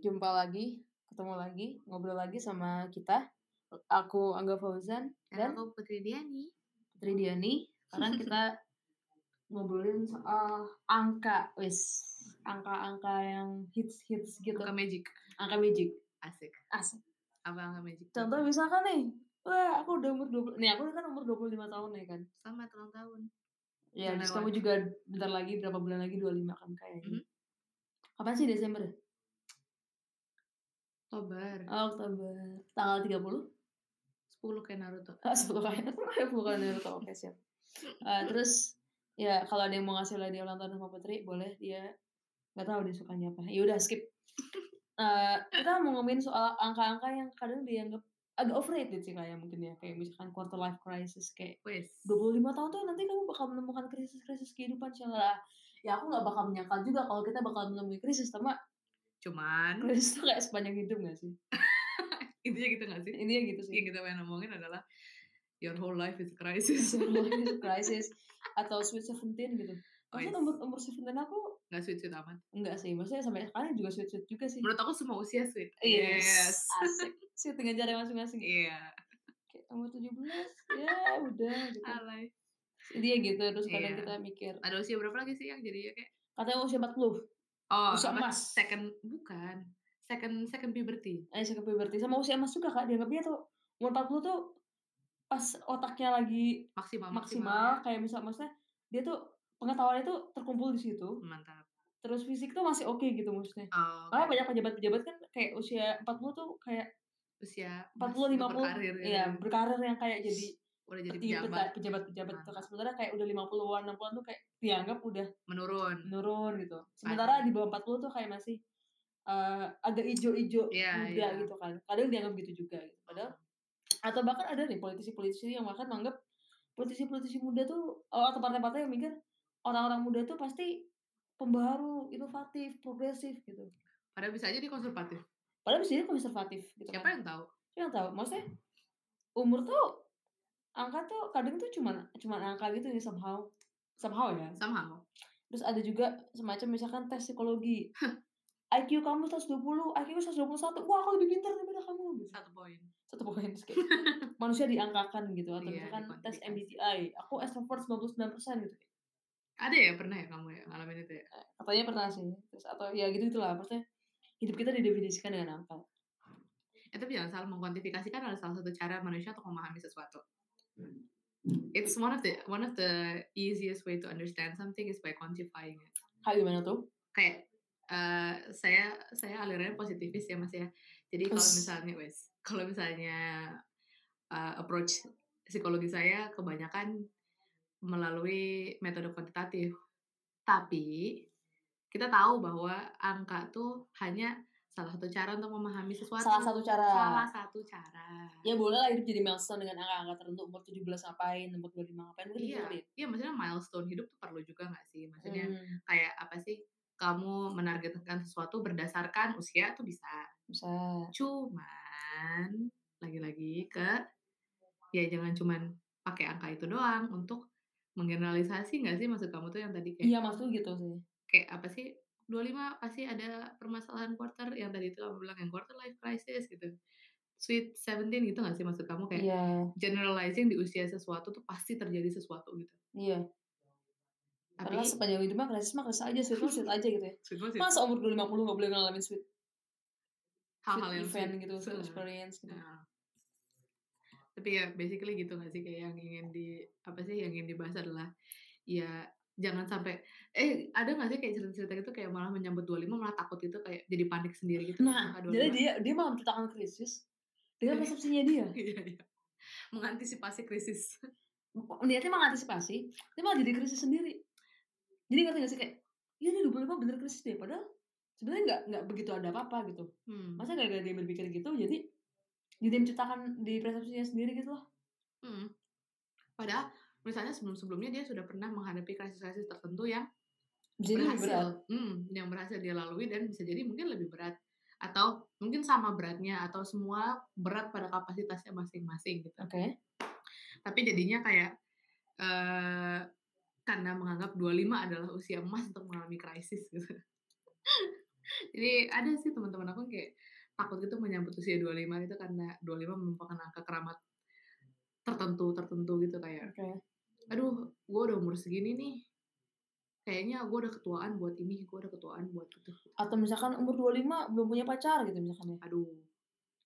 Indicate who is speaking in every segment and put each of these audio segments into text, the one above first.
Speaker 1: jumpa lagi, ketemu lagi, ngobrol lagi sama kita. Aku Angga Fauzan dan
Speaker 2: Dan aku Putri Diani.
Speaker 1: Putri Diani. Sekarang kita ngobrolin soal angka, wis angka-angka yang hits-hits gitu,
Speaker 2: Angka magic.
Speaker 1: angka magic.
Speaker 2: Asik.
Speaker 1: Asik.
Speaker 2: Apa angka magic?
Speaker 1: Contoh misalkan nih, wah aku udah umur 20, nih aku kan umur 25 tahun ya kan.
Speaker 2: Selamat ulang tahun.
Speaker 1: Ya, terus
Speaker 2: Januari.
Speaker 1: kamu juga bentar lagi berapa bulan lagi 25 kan kayaknya.
Speaker 2: Mhm.
Speaker 1: Kapan sih Desember?
Speaker 2: Oktober.
Speaker 1: Oh, Oktober. Tanggal 30?
Speaker 2: 10 kayak Naruto.
Speaker 1: Ah, bukan bukan Naruto oke siap. Eh, terus ya kalau ada yang mau ngasih hadiah ulang tahun sama Putri boleh dia nggak tahu dia sukanya apa. Ya udah skip. Eh, kita mau ngomongin soal angka-angka yang kadang dianggap agak overrated sih kayak mungkin ya kayak misalkan quarter life crisis kayak
Speaker 2: Wes.
Speaker 1: 25 tahun tuh nanti kamu bakal menemukan krisis-krisis kehidupan Shalala. Ya aku nggak bakal menyangkal juga kalau kita bakal menemui krisis, sama
Speaker 2: Cuman
Speaker 1: krisis tuh kayak sepanjang hidup gak sih?
Speaker 2: intinya gitu gak sih?
Speaker 1: Intinya gitu sih.
Speaker 2: Yang kita pengen ngomongin adalah your whole life is a crisis.
Speaker 1: Semuanya crisis atau sweet seventeen gitu. Maksudnya
Speaker 2: Wes.
Speaker 1: umur umur seventeen aku
Speaker 2: Gak sweet-sweet amat.
Speaker 1: enggak sih. Maksudnya sampai sekarang juga sweet sweet juga sih.
Speaker 2: Menurut aku semua usia sweet.
Speaker 1: Iya. Asik. Sweet dengan cara masing-masing.
Speaker 2: Iya.
Speaker 1: Kayak umur 17 ya udah gitu.
Speaker 2: Alay.
Speaker 1: Dia gitu terus kadang
Speaker 2: Ah. Iya.
Speaker 1: kita mikir
Speaker 2: Ada usia berapa lagi sih yang jadi kayak
Speaker 1: katanya usia 40.
Speaker 2: Oh,
Speaker 1: Usia
Speaker 2: apa?
Speaker 1: emas.
Speaker 2: second bukan. Second second puberty.
Speaker 1: Eh siapa puberty sama usia emas juga Kak dianggapnya tuh umur 40 tuh pas otaknya lagi
Speaker 2: Maksimal
Speaker 1: maksimal kayak misal maksudnya dia tuh pengetahuannya tuh terkumpul di situ.
Speaker 2: Mantap.
Speaker 1: Terus fisik tuh masih oke gitu maksudnya.
Speaker 2: Oh,
Speaker 1: Karena
Speaker 2: oke.
Speaker 1: banyak pejabat-pejabat kan kayak usia 40 tuh kayak
Speaker 2: usia
Speaker 1: 40 50
Speaker 2: masih berkarir ya.
Speaker 1: iya, berkarir yang kayak jadi
Speaker 2: udah jadi
Speaker 1: peti-
Speaker 2: pejabat
Speaker 1: peta- pejabat-pejabat itu
Speaker 2: Nah,
Speaker 1: kan sementara kayak udah 50-an 60-an tuh kayak dianggap udah
Speaker 2: menurun
Speaker 1: menurun gitu. Sementara
Speaker 2: Parah.
Speaker 1: di bawah 40 tuh kayak masih eh, agak ijo-ijo
Speaker 2: Iya, Oh.
Speaker 1: muda
Speaker 2: iya.
Speaker 1: gitu kan. Kadang dianggap gitu juga gitu. Padahal atau bahkan ada nih politisi-politisi yang bahkan menganggap politisi-politisi muda tuh oh, atau partai-partai yang mikir orang-orang muda tuh pasti pembaru, inovatif, progresif gitu.
Speaker 2: padahal bisa aja dia konservatif
Speaker 1: Padahal bisa jadi konservatif gitu
Speaker 2: siapa
Speaker 1: kan.
Speaker 2: yang tahu
Speaker 1: Cuma tahu, maksudnya umur tuh angka tuh kadang tuh cuman cuman angka gitu nih somehow. Somehow ya.
Speaker 2: somehow
Speaker 1: Terus ada juga semacam misalkan tes psikologi. IQ kamu 120, IQ 121. Wah, aku lebih pintar daripada kamu. Gitu.
Speaker 2: satu poin
Speaker 1: Satu poin terus kayak manusia diangkakan gitu atau
Speaker 2: Iya,
Speaker 1: misalkan tes
Speaker 2: dikuantifikasi.
Speaker 1: MBTI. Aku extrovert 99% gitu.
Speaker 2: ada ya pernah ya kamu ya ngalamin itu ya
Speaker 1: Katanya pernah sih. Terus atau ya gitu gitulah maksudnya hidup kita didefinisikan dengan angka.
Speaker 2: Eh, tapi jangan salah mengkuantifikasikan adalah salah satu cara manusia untuk memahami sesuatu it's one of the one of the easiest way to understand something is by quantifying it
Speaker 1: Kayak gimana tuh?
Speaker 2: kayak eh, saya saya alirannya positivis ya mas ya jadi kalau
Speaker 1: Us.
Speaker 2: misalnya wes kalau misalnya eh, approach psikologi saya kebanyakan melalui metode kuantitatif tapi kita tahu bahwa angka tuh hanya salah satu cara untuk memahami sesuatu
Speaker 1: Salah satu cara.
Speaker 2: salah satu cara
Speaker 1: ya boleh lah hidup jadi milestone dengan angka-angka tertentu umur 17 ngapain umur 25 ngapain mungkin gitu
Speaker 2: iya
Speaker 1: kali ya.
Speaker 2: iya maksudnya milestone hidup tuh perlu juga nggak sih maksudnya
Speaker 1: Hmm,
Speaker 2: kayak apa sih kamu menargetkan sesuatu berdasarkan usia tuh bisa
Speaker 1: bisa
Speaker 2: cuman lagi-lagi ke ya jangan cuman pakai angka itu doang untuk menggeneralisasi nggak sih maksud kamu tuh yang tadi kayak
Speaker 1: iya maksud gitu sih
Speaker 2: kayak apa sih 25 pasti ada permasalahan quarter yang tadi itu kamu bilang yang quarter life crisis gitu sweet 17 gitu nggak sih maksud kamu kayak
Speaker 1: iya
Speaker 2: generalizing di usia sesuatu tuh pasti terjadi sesuatu gitu
Speaker 1: iya
Speaker 2: tapi
Speaker 1: padahal sepanjang hidup mah krisis mah krisis aja sweet mah sweet aja gitu ya
Speaker 2: sweet banget sih,
Speaker 1: masa umur 50 nggak boleh ngalamin sweet, sweet
Speaker 2: hal-hal yang
Speaker 1: event
Speaker 2: sweet.
Speaker 1: gitu sweet
Speaker 2: Heeh.
Speaker 1: experience gitu
Speaker 2: Nah. Tapi ya basically gitu gak sih kayak yang ingin di apa sih yang ingin dibahas adalah ya jangan sampai eh ada gak sih kayak cerita-cerita gitu kayak malah menyambut 25 malah takut itu kayak jadi panik sendiri gitu
Speaker 1: nah
Speaker 2: angka
Speaker 1: jadi
Speaker 2: 25.
Speaker 1: dia dia malah menciptakan krisis dengan
Speaker 2: Jadi-
Speaker 1: persepsinya dia
Speaker 2: Iya, iya. mengantisipasi krisis
Speaker 1: niatnya mengantisipasi dia malah jadi krisis sendiri jadi ngerti gak sih kayak ya ini 25 bener krisis deh padahal sebenarnya nggak nggak begitu ada apa-apa gitu
Speaker 2: Hmm.
Speaker 1: masa gara-gara dia berpikir gitu jadi jadi menciptakan di persepsinya sendiri gitu loh
Speaker 2: Hmm. Padahal misalnya sebelum-sebelumnya dia sudah pernah menghadapi krisis-krisis tertentu yang
Speaker 1: jadi lebih berat
Speaker 2: berhasil, Hmm, yang berhasil dia lalui dan bisa jadi mungkin lebih berat atau mungkin sama beratnya atau semua berat pada kapasitasnya masing-masing gitu.
Speaker 1: oke
Speaker 2: Tapi jadinya kayak eh karena menganggap 25 adalah usia emas untuk mengalami krisis gitu. Jadi ada sih teman-teman aku yang kayak takut gitu menyambut usia 25 itu gitu karena 25 merupakan angka keramat tertentu tertentu gitu kayak
Speaker 1: Oke.
Speaker 2: aduh gue udah umur segini nih kayaknya gue udah ketuaan buat ini gue udah ketuaan buat itu
Speaker 1: Atau misalkan umur 25 belum punya pacar gitu misalkan ya.
Speaker 2: aduh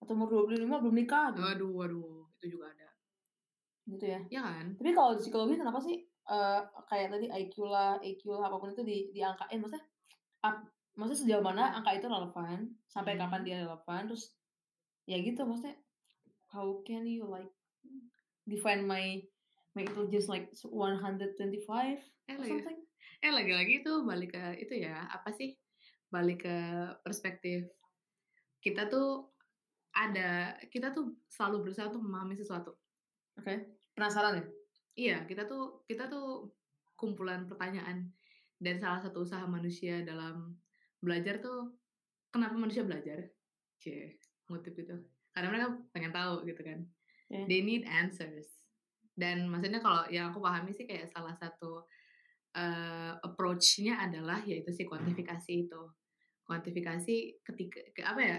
Speaker 1: Atau umur 25 belum nikah gitu,
Speaker 2: aduh aduh itu juga ada
Speaker 1: gitu ya.
Speaker 2: ya kan
Speaker 1: Tapi kalau di psikologi kenapa sih eh, kayak tadi IQ lah, EQ lah apapun itu di diangkain maksudnya ap- maksudnya sejauh mana angka itu relevan, sampai
Speaker 2: Hmm.
Speaker 1: kapan dia relevan, terus ya gitu maksudnya how can you like define my my intelligence like 125 or
Speaker 2: eh lagi
Speaker 1: something?
Speaker 2: eh lagi-lagi itu balik ke itu ya apa sih balik ke perspektif kita tuh ada kita tuh selalu berusaha untuk memahami sesuatu
Speaker 1: Penasaran ya?
Speaker 2: Iya, kita tuh kita tuh kumpulan pertanyaan dan salah satu usaha manusia dalam belajar tuh kenapa manusia belajar? Cie, ngutip gitu. Karena mereka pengen tahu gitu kan.
Speaker 1: Iya.
Speaker 2: They need answers. Dan maksudnya kalau yang aku pahami sih kayak salah satu eh, approach-nya adalah yaitu si kuantifikasi itu. Kuantifikasi ketika ke- apa ya?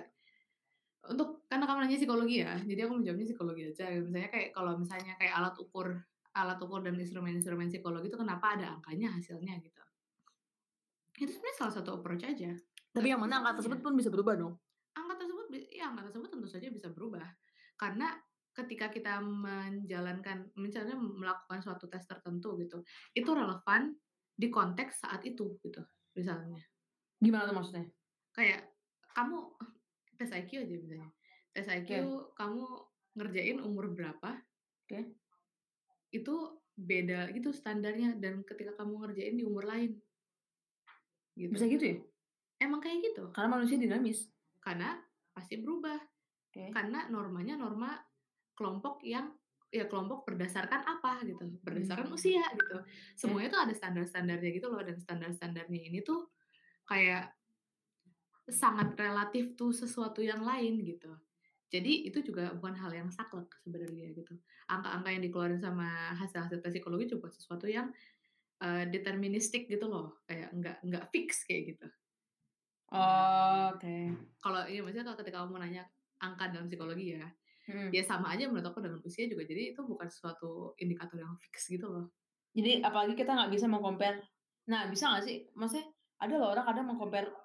Speaker 2: Untuk karena kamu nanya psikologi ya, jadi aku menjawabnya psikologi aja. Misalnya kayak kalau misalnya kayak alat ukur alat ukur dan instrumen-instrumen psikologi itu kenapa ada angkanya hasilnya gitu itu sebenarnya salah satu approach aja
Speaker 1: Tapi yang mana angka tersebut pun bisa berubah dong.
Speaker 2: angka tersebut bi- ya angka tersebut tentu saja bisa berubah karena ketika kita menjalankan misalnya melakukan suatu tes tertentu gitu itu relevan di konteks saat itu gitu misalnya
Speaker 1: Gimana tuh maksudnya?
Speaker 2: kayak kamu tes IQ aja misalnya tes IQ kamu ngerjain umur berapa
Speaker 1: Oke.
Speaker 2: itu beda gitu standarnya dan ketika kamu ngerjain di umur lain gitu
Speaker 1: Bisa gitu ya?
Speaker 2: emang kayak gitu
Speaker 1: Karena manusia dinamis.
Speaker 2: karena pasti berubah
Speaker 1: Oke.
Speaker 2: karena normanya norma kelompok yang ya kelompok berdasarkan apa gitu berdasarkan
Speaker 1: Hmm.
Speaker 2: usia gitu semuanya tuh ada standar-standarnya gitu loh dan standar-standarnya ini tuh kayak sangat relatif tuh sesuatu yang lain gitu jadi itu juga bukan hal yang saklek sebenarnya gitu angka-angka yang dikeluarin sama hasil-hasil tes psikologi juga sesuatu yang eh, deterministik gitu loh kayak nggak nggak fix kayak gitu
Speaker 1: Oke.
Speaker 2: kalau iya maksudnya kalau ketika kamu mau nanya angka dalam psikologi ya
Speaker 1: Hmm.
Speaker 2: ya sama aja menurut aku dengan usia juga jadi itu bukan suatu indikator yang fix gitu loh
Speaker 1: Jadi apalagi kita nggak bisa mengcompare. Nah bisa nggak sih? Maksudnya ada loh orang kadang mengcompare